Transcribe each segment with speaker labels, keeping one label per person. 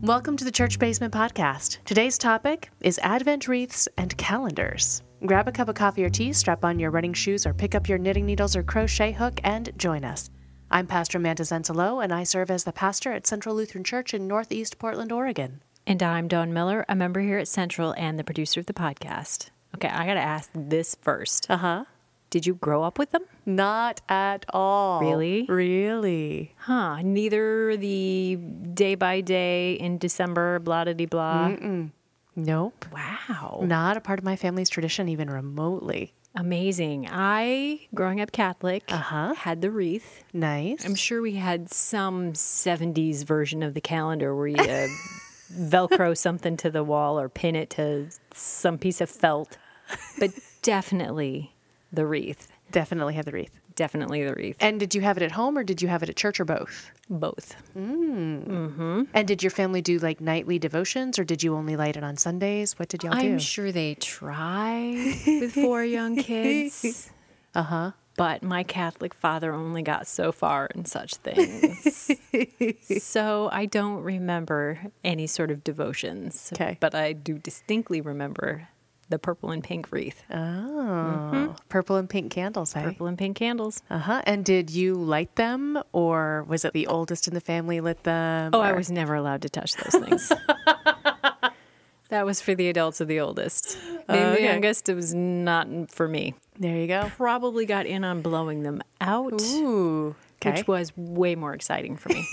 Speaker 1: Welcome to the Church Basement Podcast. Today's topic is Advent wreaths and calendars. Grab a cup of coffee or tea, strap on your running shoes, or pick up your knitting needles or crochet hook and join us. I'm Pastor Manta Zentilo, and I serve as the pastor at Central Lutheran Church in Northeast Portland, Oregon.
Speaker 2: And I'm Dawn Miller, a member here at Central and the producer of the podcast. Okay, I got to ask this first.
Speaker 1: Uh huh.
Speaker 2: Did you grow up with them?
Speaker 1: Not at all.
Speaker 2: Really?
Speaker 1: Really?
Speaker 2: Huh. Neither the day by day in December, blah, de blah.
Speaker 1: Nope.
Speaker 2: Wow.
Speaker 1: Not a part of my family's tradition, even remotely.
Speaker 2: Amazing. I, growing up Catholic,
Speaker 1: Uh-huh.
Speaker 2: had the wreath.
Speaker 1: Nice.
Speaker 2: I'm sure we had some 70s version of the calendar where you Velcro something to the wall or pin it to some piece of felt, but definitely the wreath.
Speaker 1: Definitely have the wreath.
Speaker 2: Definitely the wreath.
Speaker 1: And did you have it at home or did you have it at church or both?
Speaker 2: Both.
Speaker 1: And did your family do like nightly devotions or did you only light it on Sundays? What did y'all
Speaker 2: I'm
Speaker 1: do?
Speaker 2: sure they try with four young kids. Uh huh.
Speaker 1: uh-huh.
Speaker 2: But my Catholic father only got so far in such things. so I don't remember any sort of devotions.
Speaker 1: Okay.
Speaker 2: But I do distinctly remember the purple and pink wreath,
Speaker 1: oh, Mm-hmm. purple and pink candles, hey?
Speaker 2: purple and pink candles.
Speaker 1: Uh huh. And did you light them or was it the oldest in the family lit them?
Speaker 2: Oh, I
Speaker 1: or-
Speaker 2: was never allowed to touch those things. that was for the adults of the oldest. Being the
Speaker 1: Okay.
Speaker 2: youngest, it was not for me.
Speaker 1: There you go.
Speaker 2: Probably got in on blowing them out.
Speaker 1: Ooh. Okay.
Speaker 2: which was way more exciting for me.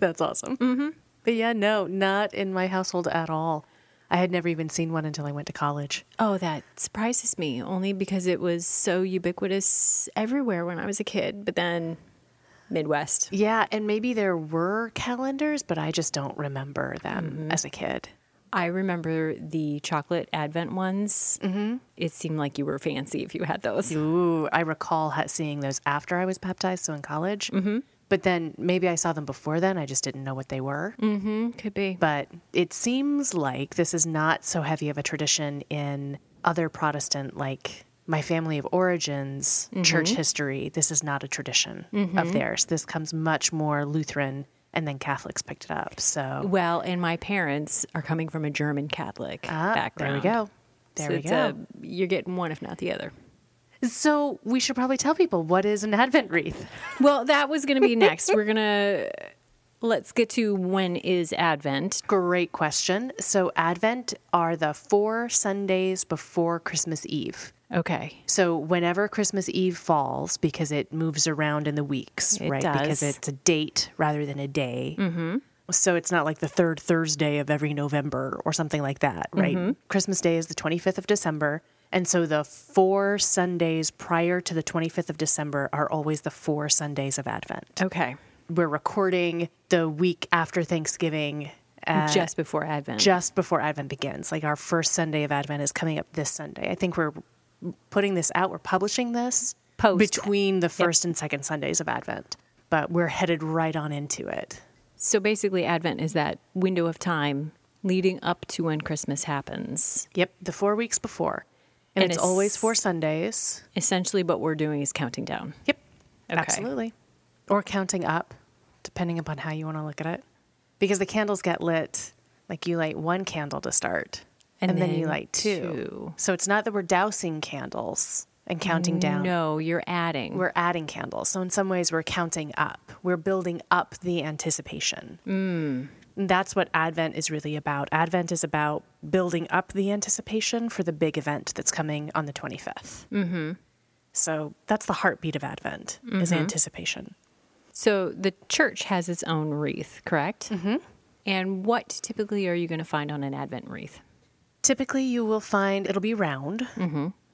Speaker 1: That's awesome. Mm-hmm. But yeah, no, not in my household at all. I had never even seen one until I went to college.
Speaker 2: oh, that surprises me only because it was so ubiquitous everywhere when I was a kid, but then Midwest.
Speaker 1: Yeah, and maybe there were calendars, but I just don't remember them as a kid.
Speaker 2: I remember the chocolate advent ones. Mm-hmm. It seemed like you were fancy if you had those.
Speaker 1: Ooh, I recall ha- seeing those after I was baptized, so in college. Mm-hmm. But then maybe I saw them before then. I just didn't know what they were.
Speaker 2: Mm. Mm-hmm, Could be.
Speaker 1: But it seems like this is not so heavy of a tradition in other Protestant, like my family of origins,
Speaker 2: Mm-hmm.
Speaker 1: church history. This is not a tradition of theirs. This comes much more Lutheran, and then Catholics picked it up. So
Speaker 2: Well, and my parents are coming from a German Catholic
Speaker 1: ah, there we
Speaker 2: background.
Speaker 1: go. There
Speaker 2: so
Speaker 1: we
Speaker 2: it's
Speaker 1: go.
Speaker 2: A, you're getting one, if not the other.
Speaker 1: So we should probably tell people what is an Advent wreath.
Speaker 2: Well, that was going to be next. We're going to let's get to when is Advent.
Speaker 1: Great question. So, Advent are the four Sundays before Christmas Eve.
Speaker 2: Okay.
Speaker 1: So, whenever Christmas Eve falls, because it moves around in the weeks,
Speaker 2: It
Speaker 1: right? Because
Speaker 2: does.
Speaker 1: it's a date rather than a day. Mm-hmm. So, it's not like the third Thursday of every November or something like that, right?
Speaker 2: Mm-hmm.
Speaker 1: Christmas Day is the 25th of December. And so, the four Sundays prior to the 25th of December are always the four Sundays of Advent.
Speaker 2: Okay.
Speaker 1: We're recording the week after Thanksgiving. uh,
Speaker 2: just before Advent.
Speaker 1: just before Advent begins. Like our first Sunday of Advent is coming up this Sunday. I think we're putting this out, we're publishing this
Speaker 2: Post.
Speaker 1: between the first and second Sundays of Advent, but we're headed right on into it.
Speaker 2: so basically, Advent is that window of time leading up to when Christmas happens.
Speaker 1: Yep, the four weeks before. And,
Speaker 2: And
Speaker 1: it's,
Speaker 2: it's-
Speaker 1: always four Sundays.
Speaker 2: Essentially, what we're doing is counting down.
Speaker 1: Yep.
Speaker 2: Okay.
Speaker 1: Absolutely. Or counting up, depending upon how you want to look at it. Because the candles get lit, like you light one candle to start, and,
Speaker 2: And
Speaker 1: then, you
Speaker 2: then
Speaker 1: light two.
Speaker 2: two.
Speaker 1: So it's not that we're dousing candles and counting down.
Speaker 2: No, you're adding.
Speaker 1: we're adding candles. So in some ways, we're counting up. We're building up the anticipation. Mm. That's what Advent is really about. Advent is about building up the anticipation for the big event that's coming on the 25th. Mm-hmm. So that's the heartbeat of Advent is anticipation.
Speaker 2: so the church has its own wreath, correct? Mm-hmm. And what typically are you going to find on an Advent wreath?
Speaker 1: Typically, you will find it'll be round.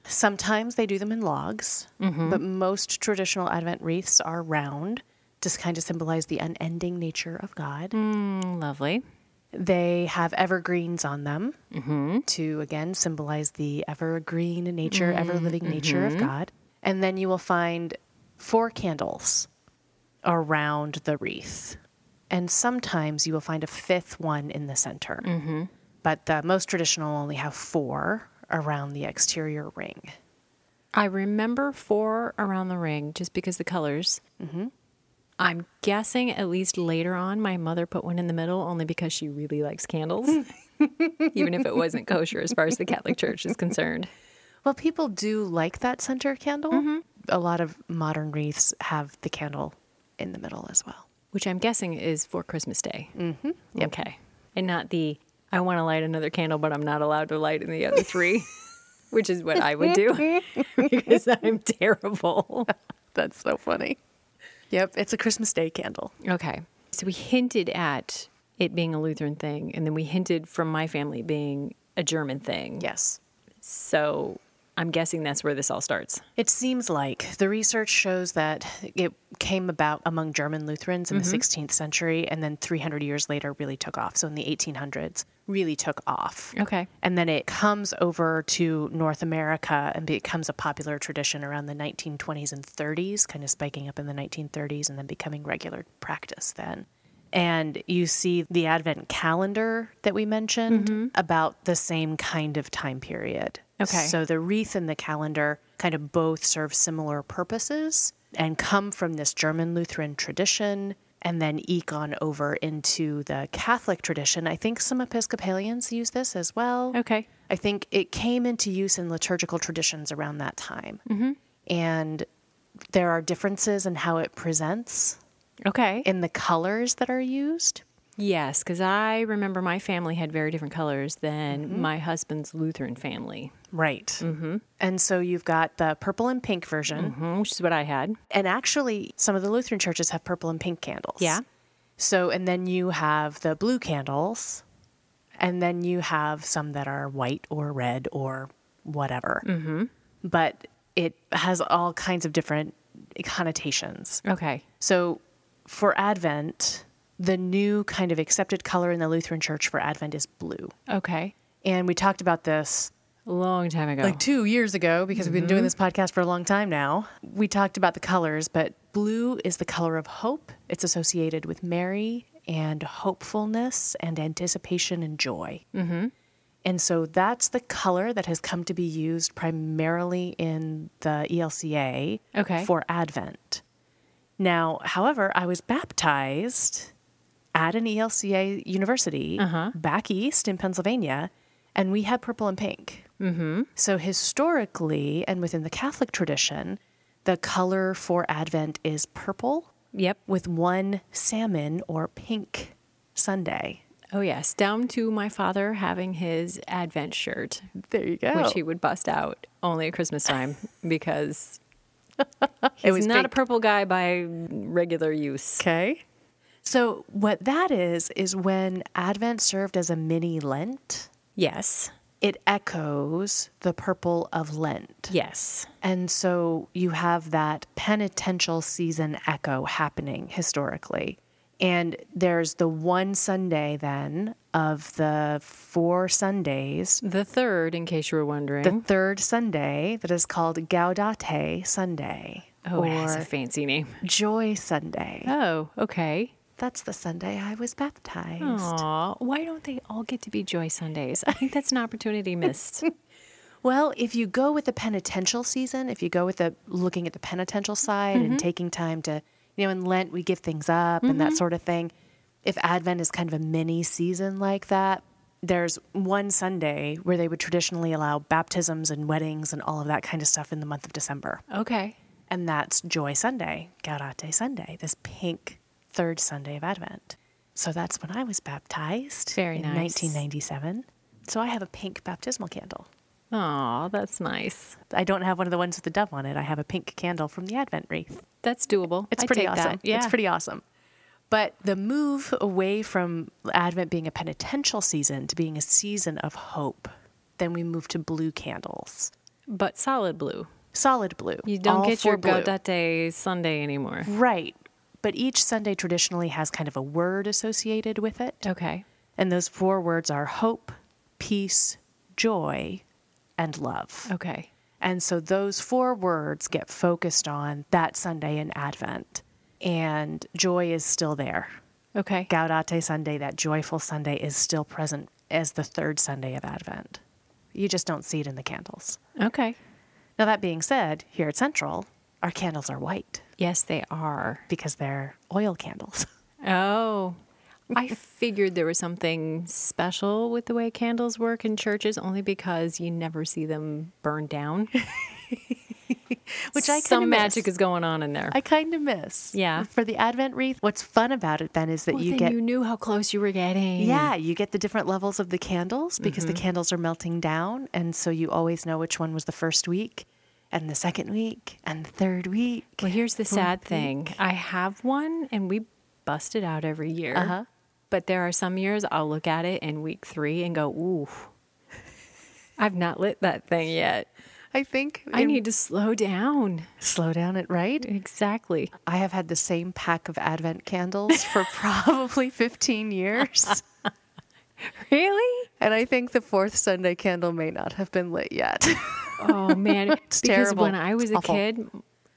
Speaker 1: Sometimes they do them in logs, but most traditional Advent wreaths are round, just kind of symbolize the unending nature of God.
Speaker 2: Mm, Lovely.
Speaker 1: They have evergreens on them to again symbolize the evergreen nature, ever living nature of God. And then you will find four candles around the wreath. And sometimes you will find a fifth one in the center. But the most traditional only have four around the exterior ring.
Speaker 2: I remember four around the ring just because the colors. Mm-hmm. I'm guessing at least later on, my mother put one in the middle only because she really likes candles, even if it wasn't kosher as far as the Catholic Church is concerned.
Speaker 1: Well, people do like that center candle. A lot of modern wreaths have the candle in the middle as well.
Speaker 2: which I'm guessing is for Christmas Day. Mm-hmm. Okay. And not the, I want to light another candle, but I'm not allowed to light in the other three, which is what I would do because I'm terrible.
Speaker 1: That's so funny. Yep, it's a Christmas Day candle.
Speaker 2: Okay. So we hinted at it being a Lutheran thing, and then we hinted from my family being a German thing.
Speaker 1: Yes.
Speaker 2: So I'm guessing that's where this all starts.
Speaker 1: It seems like the research shows that it came about among German Lutherans in the 16th century and then 300 years later really took off. So in the 1800s, really took off.
Speaker 2: Okay.
Speaker 1: And then it comes over to North America and becomes a popular tradition around the 1920s and 30s, kind of spiking up in the 1930s and then becoming regular practice then. And you see the Advent calendar that we mentioned
Speaker 2: Mm-hmm.
Speaker 1: about the same kind of time period.
Speaker 2: Okay.
Speaker 1: So the wreath and the calendar kind of both serve similar purposes and come from this German Lutheran tradition and then eke on over into the Catholic tradition. I think some Episcopalians use this as well.
Speaker 2: Okay.
Speaker 1: I think it came into use in liturgical traditions around that time. And there are differences in how it presents,
Speaker 2: Okay.
Speaker 1: in the colors that are used.
Speaker 2: Yes, because I remember my family had very different colors than my husband's Lutheran family,
Speaker 1: Right. Mm-hmm. And so you've got the purple and pink version.
Speaker 2: mhm, which is what I had.
Speaker 1: And actually, some of the Lutheran churches have purple and pink candles.
Speaker 2: Yeah.
Speaker 1: So, and then you have the blue candles, and then you have some that are white or red or whatever. Mm-hmm. But it has all kinds of different connotations.
Speaker 2: Okay.
Speaker 1: So, for Advent, the new kind of accepted color in the Lutheran church for Advent is blue.
Speaker 2: Okay.
Speaker 1: And we talked about this
Speaker 2: Long time ago.
Speaker 1: like two years ago because we've been doing this podcast for a long time now. We talked about the colors, but blue is the color of hope. It's associated with Mary and hopefulness and anticipation and joy. Mm-hmm. And so that's the color that has come to be used primarily in the E ELCA
Speaker 2: Okay.
Speaker 1: for Advent. Now, however, I was baptized at an E ELCA university back east in Pennsylvania, and we had purple and pink. So, historically, and within the Catholic tradition, the color for Advent is purple
Speaker 2: yep.
Speaker 1: with one salmon or pink Sunday.
Speaker 2: Oh, yes. Down to my father having his Advent shirt,
Speaker 1: There you go.
Speaker 2: which he would bust out only at Christmas time because
Speaker 1: it
Speaker 2: he's
Speaker 1: was
Speaker 2: not a
Speaker 1: pink.
Speaker 2: purple guy by regular use.
Speaker 1: Okay. So, what that is, is when Advent served as a mini Lent,
Speaker 2: Yes.
Speaker 1: it echoes the purple of Lent.
Speaker 2: Yes.
Speaker 1: And so you have that penitential season echo happening historically. And there's the one Sunday then of the four Sundays,
Speaker 2: The third, in case you were wondering.
Speaker 1: the third Sunday that is called Gaudete Sunday
Speaker 2: oh, it has
Speaker 1: or
Speaker 2: a fancy name.
Speaker 1: Joy Sunday.
Speaker 2: Oh, okay.
Speaker 1: That's the Sunday I was baptized.
Speaker 2: Aw, why don't they all get to be Joy Sundays? I think that's an opportunity missed.
Speaker 1: Well, if you go with the penitential season, if you go with the looking at the penitential side
Speaker 2: Mm-hmm.
Speaker 1: and taking time to, you know, in Lent we give things up and that sort of thing. If Advent is kind of a mini season like that, there's one Sunday where they would traditionally allow baptisms and weddings and all of that kind of stuff in the month of December.
Speaker 2: okay.
Speaker 1: And that's Joy Sunday, Gaudete Sunday, this pink third Sunday of Advent. So that's when I was baptized
Speaker 2: Very
Speaker 1: in
Speaker 2: nice.
Speaker 1: 1997. So I have a pink baptismal candle.
Speaker 2: Aw, that's nice.
Speaker 1: I don't have one of the ones with the dove on it. I have a pink candle from the Advent wreath.
Speaker 2: That's doable.
Speaker 1: It's
Speaker 2: I'd
Speaker 1: pretty
Speaker 2: take
Speaker 1: awesome.
Speaker 2: That. Yeah.
Speaker 1: It's pretty awesome. But the move away from Advent being a penitential season to being a season of hope, then we move to blue candles.
Speaker 2: But solid blue.
Speaker 1: Solid blue.
Speaker 2: You don't
Speaker 1: all
Speaker 2: get
Speaker 1: for
Speaker 2: your
Speaker 1: blue.
Speaker 2: Gaudete Sunday anymore.
Speaker 1: Right. But each Sunday traditionally has kind of a word associated with it.
Speaker 2: Okay.
Speaker 1: And those four words are hope, peace, joy, and love.
Speaker 2: Okay.
Speaker 1: And so those four words get focused on that Sunday in Advent. And joy is still there.
Speaker 2: Okay.
Speaker 1: Gaudete Sunday, that joyful Sunday, is still present as the third Sunday of Advent. You just don't see it in the candles.
Speaker 2: Okay.
Speaker 1: Now, that being said, here at Central, Our candles are white
Speaker 2: Yes, they are.
Speaker 1: because they're oil candles.
Speaker 2: Oh. I figured there was something special with the way candles work in churches only because you never see them burn down.
Speaker 1: Which I
Speaker 2: Some
Speaker 1: kinda
Speaker 2: magic
Speaker 1: miss.
Speaker 2: is going on in there.
Speaker 1: I kind of miss.
Speaker 2: Yeah.
Speaker 1: For the Advent wreath, what's fun about it then is that
Speaker 2: Well,
Speaker 1: you
Speaker 2: then
Speaker 1: get
Speaker 2: you knew how close you were getting.
Speaker 1: Yeah, you get the different levels of the candles because the candles are melting down. And so you always know which one was the first week and the second week and the third week.
Speaker 2: Well, here's the sad thing. I have one and we bust it out every year.
Speaker 1: Uh-huh.
Speaker 2: But there are some years I'll look at it in week three and go, ooh, I've not lit that thing yet.
Speaker 1: I think
Speaker 2: I need to slow down.
Speaker 1: slow down it, right?
Speaker 2: Exactly.
Speaker 1: I have had the same pack of Advent candles for probably 15 years.
Speaker 2: Really?
Speaker 1: And I think the fourth Sunday candle may not have been lit yet.
Speaker 2: Oh, man.
Speaker 1: It's
Speaker 2: because
Speaker 1: terrible.
Speaker 2: when I was
Speaker 1: It's
Speaker 2: a
Speaker 1: awful.
Speaker 2: kid,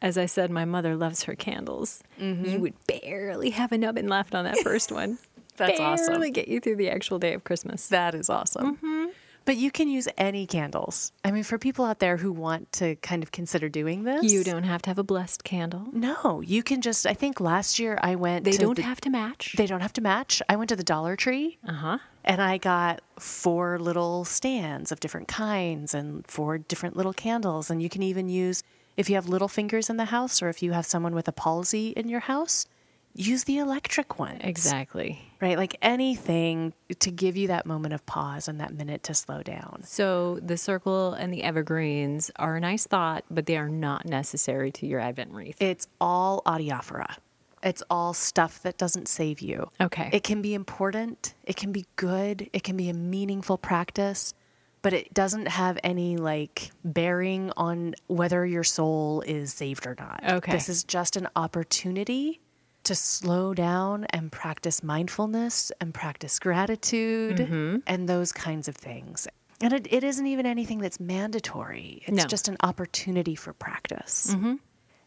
Speaker 2: as I said, my mother loves her candles.
Speaker 1: Mm-hmm.
Speaker 2: You would barely have an oven left on that first one.
Speaker 1: That's
Speaker 2: barely
Speaker 1: awesome.
Speaker 2: get you through the actual day of Christmas. Mm-hmm.
Speaker 1: That is awesome. But you can use any candles. I mean, for people out there who want to kind of consider doing this,
Speaker 2: You don't have to have a blessed candle.
Speaker 1: No, you can just. I think last year I went.
Speaker 2: They
Speaker 1: to
Speaker 2: don't
Speaker 1: the-
Speaker 2: have to match.
Speaker 1: They don't have to match. I went to the Dollar Tree
Speaker 2: Uh huh.
Speaker 1: and I got four little stands of different kinds and four different little candles. And you can even use if you have little fingers in the house or if you have someone with a palsy in your house, use the electric one.
Speaker 2: Exactly.
Speaker 1: Right, like anything to give you that moment of pause and that minute to slow down.
Speaker 2: So the circle and the evergreens are a nice thought, but they are not necessary to your advent wreath.
Speaker 1: It's all adiaphora. It's all stuff that doesn't save you.
Speaker 2: Okay.
Speaker 1: It can be important, it can be good, it can be a meaningful practice, but it doesn't have any like bearing on whether your soul is saved or not.
Speaker 2: Okay.
Speaker 1: This is just an opportunity to slow down and practice mindfulness and practice gratitude
Speaker 2: Mm-hmm.
Speaker 1: and those kinds of things. And it, it isn't even anything that's mandatory. It's
Speaker 2: No. Mm-hmm.
Speaker 1: just an opportunity for practice.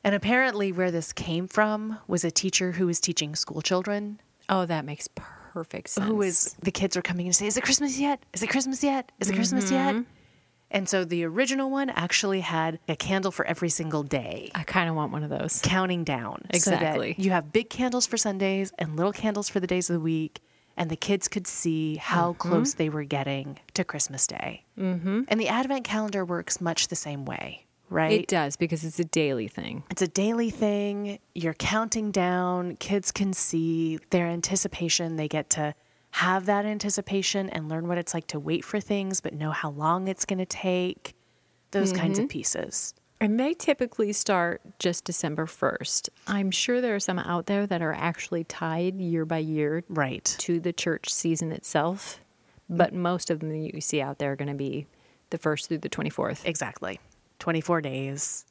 Speaker 1: And apparently, where this came from was a teacher who was teaching school children
Speaker 2: oh, that makes perfect sense.
Speaker 1: who was the kids were coming in to say, "Is it Christmas yet? Is it Christmas yet? Is it Christmas
Speaker 2: Mm-hmm.
Speaker 1: yet?" And so the original one actually had a candle for every single day,
Speaker 2: I kind of want one of those.
Speaker 1: counting down.
Speaker 2: Exactly.
Speaker 1: So that you have big candles for Sundays and little candles for the days of the week, and the kids could see how
Speaker 2: Mm-hmm.
Speaker 1: close they were getting to Christmas Day. Mm-hmm. And the Advent calendar works much the same way, right?
Speaker 2: It does because it's a daily thing.
Speaker 1: It's a daily thing. You're counting down. Kids can see their anticipation. They get to have that anticipation and learn what it's like to wait for things, but know how long it's going to take. Those kinds of pieces.
Speaker 2: And they typically start just December 1st. I'm sure there are some out there that are actually tied year by year
Speaker 1: Right.
Speaker 2: to the church season itself, but most of them that you see out there are going to be the 1st through the 24th.
Speaker 1: Exactly. 24 days.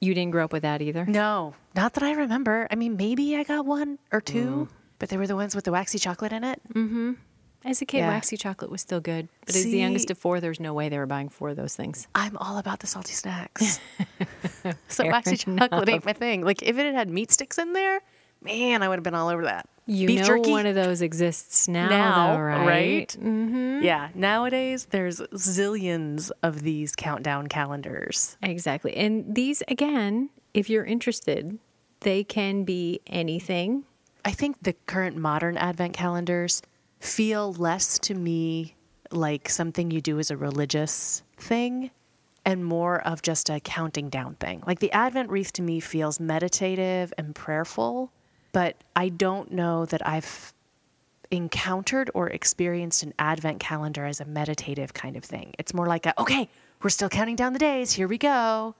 Speaker 2: You didn't grow up with that either?
Speaker 1: No, not that I remember. I mean, maybe I got one or two, but they were the ones with the waxy chocolate in it.
Speaker 2: As a kid,
Speaker 1: Yeah.
Speaker 2: waxy chocolate was still good, but as the youngest
Speaker 1: See-
Speaker 2: of four, there's no way they were buying four of those things.
Speaker 1: I'm all about the salty snacks. so waxy chocolate ain't my thing. Like if it had had meat sticks in there, man, I would have been all over that.
Speaker 2: You
Speaker 1: Beef
Speaker 2: know,
Speaker 1: jerky
Speaker 2: one of those exists now,
Speaker 1: now,
Speaker 2: though,
Speaker 1: right?
Speaker 2: right? Mm-hmm.
Speaker 1: Yeah. Nowadays, there's zillions of these countdown calendars.
Speaker 2: Exactly. And these, again, if you're interested, they can be anything.
Speaker 1: I think the current modern advent calendars feel less to me like something you do as a religious thing and more of just a counting down thing. Like the advent wreath to me feels meditative and prayerful, but I don't know that I've encountered or experienced an advent calendar as a meditative kind of thing. It's more like a okay, we're still counting down the days, here we go.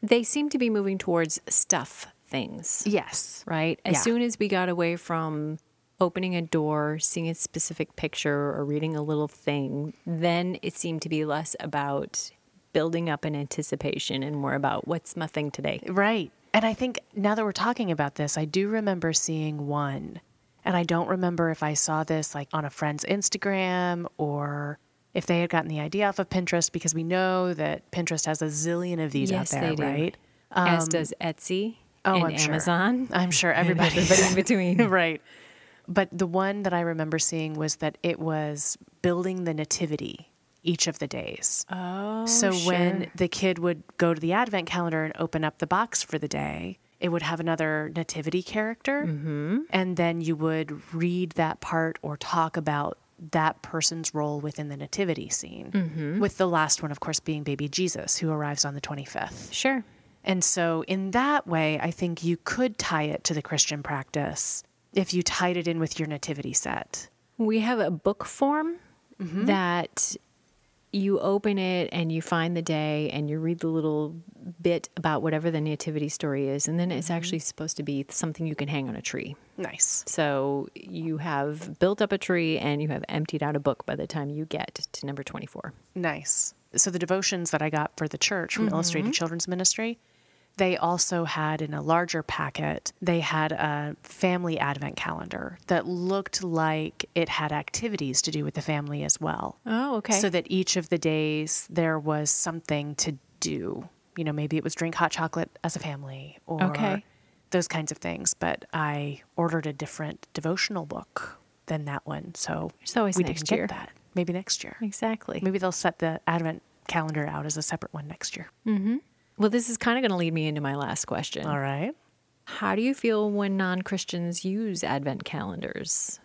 Speaker 2: They seem to be moving towards stuff things,
Speaker 1: Yes.
Speaker 2: right? As
Speaker 1: Yeah.
Speaker 2: soon as we got away from opening a door, seeing a specific picture, or reading a little thing, then it seemed to be less about building up an anticipation and more about what's my thing today.
Speaker 1: Right. And I think now that we're talking about this, I do remember seeing one. And I don't remember if I saw this like on a friend's Instagram or if they had gotten the idea off of Pinterest because we know that Pinterest has a zillion of these
Speaker 2: Yes,
Speaker 1: out there,
Speaker 2: they do.
Speaker 1: right? Um,
Speaker 2: As does Etsy
Speaker 1: Oh,
Speaker 2: and
Speaker 1: I'm sure.
Speaker 2: Amazon.
Speaker 1: I'm sure everybody
Speaker 2: Everybody in between.
Speaker 1: right. But the one that I remember seeing was that it was building the nativity each of the days.
Speaker 2: Oh,
Speaker 1: so when
Speaker 2: sure.
Speaker 1: the kid would go to the advent calendar and open up the box for the day, it would have another nativity character. Mm-hmm. And then you would read that part or talk about that person's role within the nativity scene. Mm-hmm. With the last one, of course, being baby Jesus, who arrives on the 25th.
Speaker 2: sure,
Speaker 1: And so, in that way, I think you could tie it to the Christian practice if you tied it in with your nativity set.
Speaker 2: we have a book form
Speaker 1: Mm-hmm.
Speaker 2: that you open it and you find the day and you read the little bit about whatever the nativity story is, and then it's
Speaker 1: Mm-hmm.
Speaker 2: actually supposed to be something you can hang on a tree.
Speaker 1: Nice.
Speaker 2: So you have built up a tree and you have emptied out a book by the time you get to number 24.
Speaker 1: Nice. So, the devotions that I got for the church from Illustrated Children's Ministry, they also had in a larger packet, they had a family advent calendar that looked like it had activities to do with the family as well.
Speaker 2: Oh, okay.
Speaker 1: So that each of the days there was something to do. You know, maybe it was drink hot chocolate as a family or
Speaker 2: Okay.
Speaker 1: those kinds of things. But I ordered a different devotional book than that one. So
Speaker 2: It's always
Speaker 1: we
Speaker 2: next
Speaker 1: didn't
Speaker 2: year.
Speaker 1: get that. Maybe next year.
Speaker 2: exactly.
Speaker 1: Maybe they'll set the Advent calendar out as a separate one next year.
Speaker 2: Hmm. Well, this is kind of going to lead me into my last question.
Speaker 1: All right.
Speaker 2: How do you feel when non Christians use Advent calendars?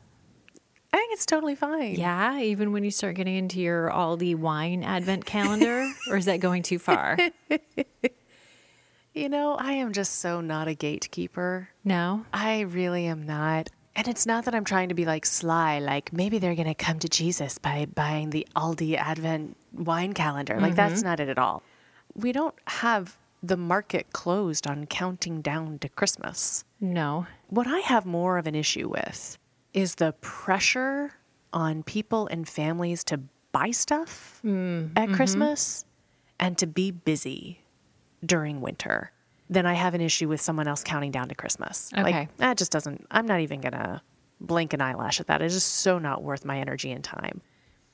Speaker 1: I think it's totally fine.
Speaker 2: Yeah, even when you start getting into your Aldi wine Advent calendar, or is that going too far?
Speaker 1: You know, I am just so not a gatekeeper.
Speaker 2: No?
Speaker 1: I really am not. And it's not that I'm trying to be like sly, like maybe they're going to come to Jesus by buying the Aldi Advent wine calendar. Like, that's not it at all. We don't have the market closed on counting down to Christmas.
Speaker 2: No.
Speaker 1: What I have more of an issue with is the pressure on people and families to buy stuff at Christmas and to be busy during winter. Then I have an issue with someone else counting down to Christmas.
Speaker 2: Okay.
Speaker 1: Like, that just doesn't, I'm not even going to blink an eyelash at that. It's just so not worth my energy and time.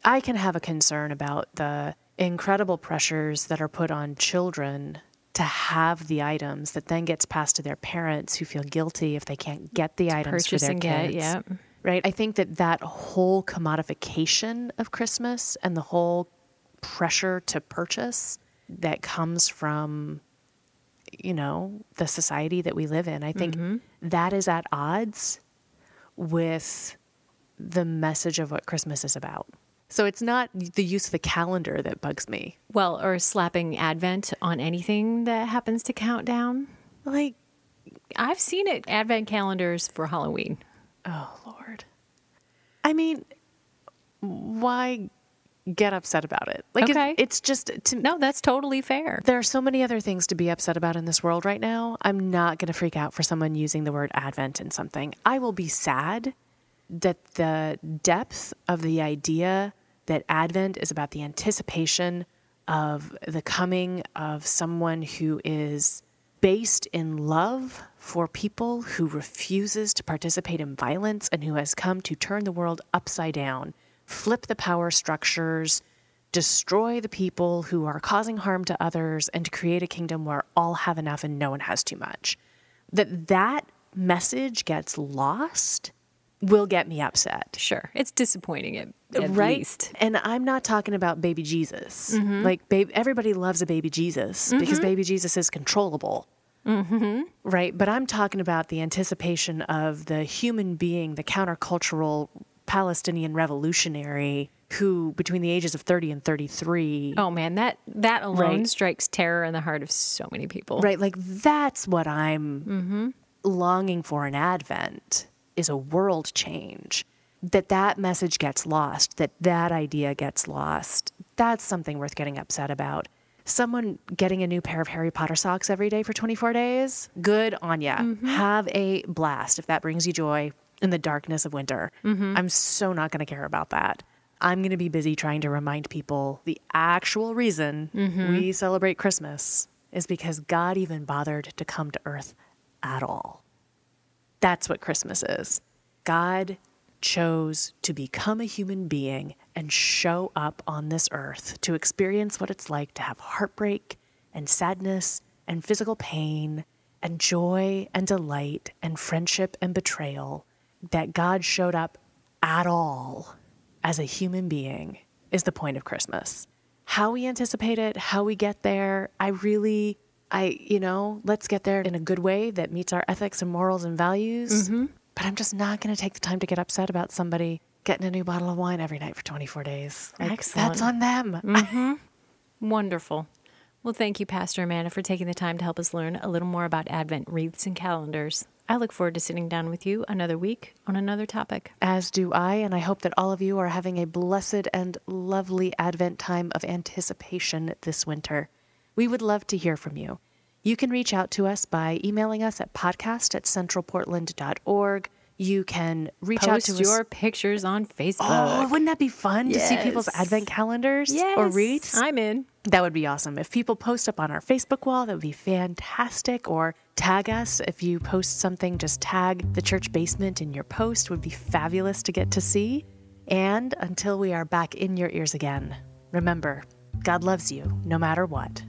Speaker 1: I can have a concern about the incredible pressures that are put on children to have the items that then gets passed to their parents who feel guilty if they can't get the items for
Speaker 2: purchase
Speaker 1: their
Speaker 2: and get,
Speaker 1: kids.
Speaker 2: yep.
Speaker 1: Right? I think that that whole commodification of Christmas and the whole pressure to purchase that comes from you know, the society that we live in. I think that is at odds with the message of what Christmas is about. So it's not the use of the calendar that bugs me.
Speaker 2: Well, or slapping Advent on anything that happens to count down.
Speaker 1: Like,
Speaker 2: I've seen it Advent calendars for Halloween.
Speaker 1: oh Lord. I mean, why get upset about it? Like, it-
Speaker 2: Okay.
Speaker 1: it's just to
Speaker 2: No, that's totally fair.
Speaker 1: There are so many other things to be upset about in this world right now. I'm not going to freak out for someone using the word Advent in something. I will be sad that the depth of the idea that Advent is about the anticipation of the coming of someone who is based in love for people who refuses to participate in violence and who has come to turn the world upside down, flip the power structures, destroy the people who are causing harm to others and to create a kingdom where all have enough and no one has too much that that message gets lost will get me upset
Speaker 2: Sure. It's disappointing at, at
Speaker 1: right
Speaker 2: least. Mm-hmm.
Speaker 1: and i'm not talking about baby jesus like babe everybody loves a baby jesus because baby jesus is controllable
Speaker 2: Mm-hmm.
Speaker 1: right but i'm talking about the anticipation of the human being the countercultural palestinian revolutionary who between the ages of 30 and 33
Speaker 2: Oh man, that that alone
Speaker 1: Right.
Speaker 2: strikes terror in the heart of so many people.
Speaker 1: Right. Like that's what I'm longing for in Advent is a world change. That that message gets lost, that that idea gets lost. That's something worth getting upset about. Someone getting a new pair of Harry Potter socks every day for 24 days, good on ya. Have a blast if that brings you joy in the darkness of winter. I'm so not going to care about that. I'm going to be busy trying to remind people the actual reason we celebrate Christmas is because God even bothered to come to earth at all. That's what Christmas is. God chose to become a human being and show up on this earth to experience what it's like to have heartbreak and sadness and physical pain and joy and delight and friendship and betrayal. That God showed up at all as a human being is the point of Christmas. How we anticipate it, how we get there, I really, I, you know, let's get there in a good way that meets our ethics and morals and values. But I'm just not going to take the time to get upset about somebody getting a new bottle of wine every night for 24 days. Like,
Speaker 2: Excellent.
Speaker 1: That's on them.
Speaker 2: Wonderful. Well, thank you, Pastor Amanda, for taking the time to help us learn a little more about Advent wreaths and calendars. I look forward to sitting down with you another week on another topic.
Speaker 1: As do I, and I hope that all of you are having a blessed and lovely Advent time of anticipation this winter. We would love to hear from you. You can reach out to us by emailing us at podcast at centralportland.org. You can reach out
Speaker 2: Post
Speaker 1: to
Speaker 2: your
Speaker 1: us.
Speaker 2: pictures on Facebook.
Speaker 1: Oh, wouldn't that be fun to see people's
Speaker 2: Yes.
Speaker 1: Advent calendars
Speaker 2: yes.
Speaker 1: or wreaths?
Speaker 2: I'm in.
Speaker 1: That would be awesome. If people post up on our Facebook wall, that would be fantastic. Or tag us. If you post something, just tag the church basement in your post, would be fabulous to get to see. And until we are back in your ears again, remember, God loves you no matter what.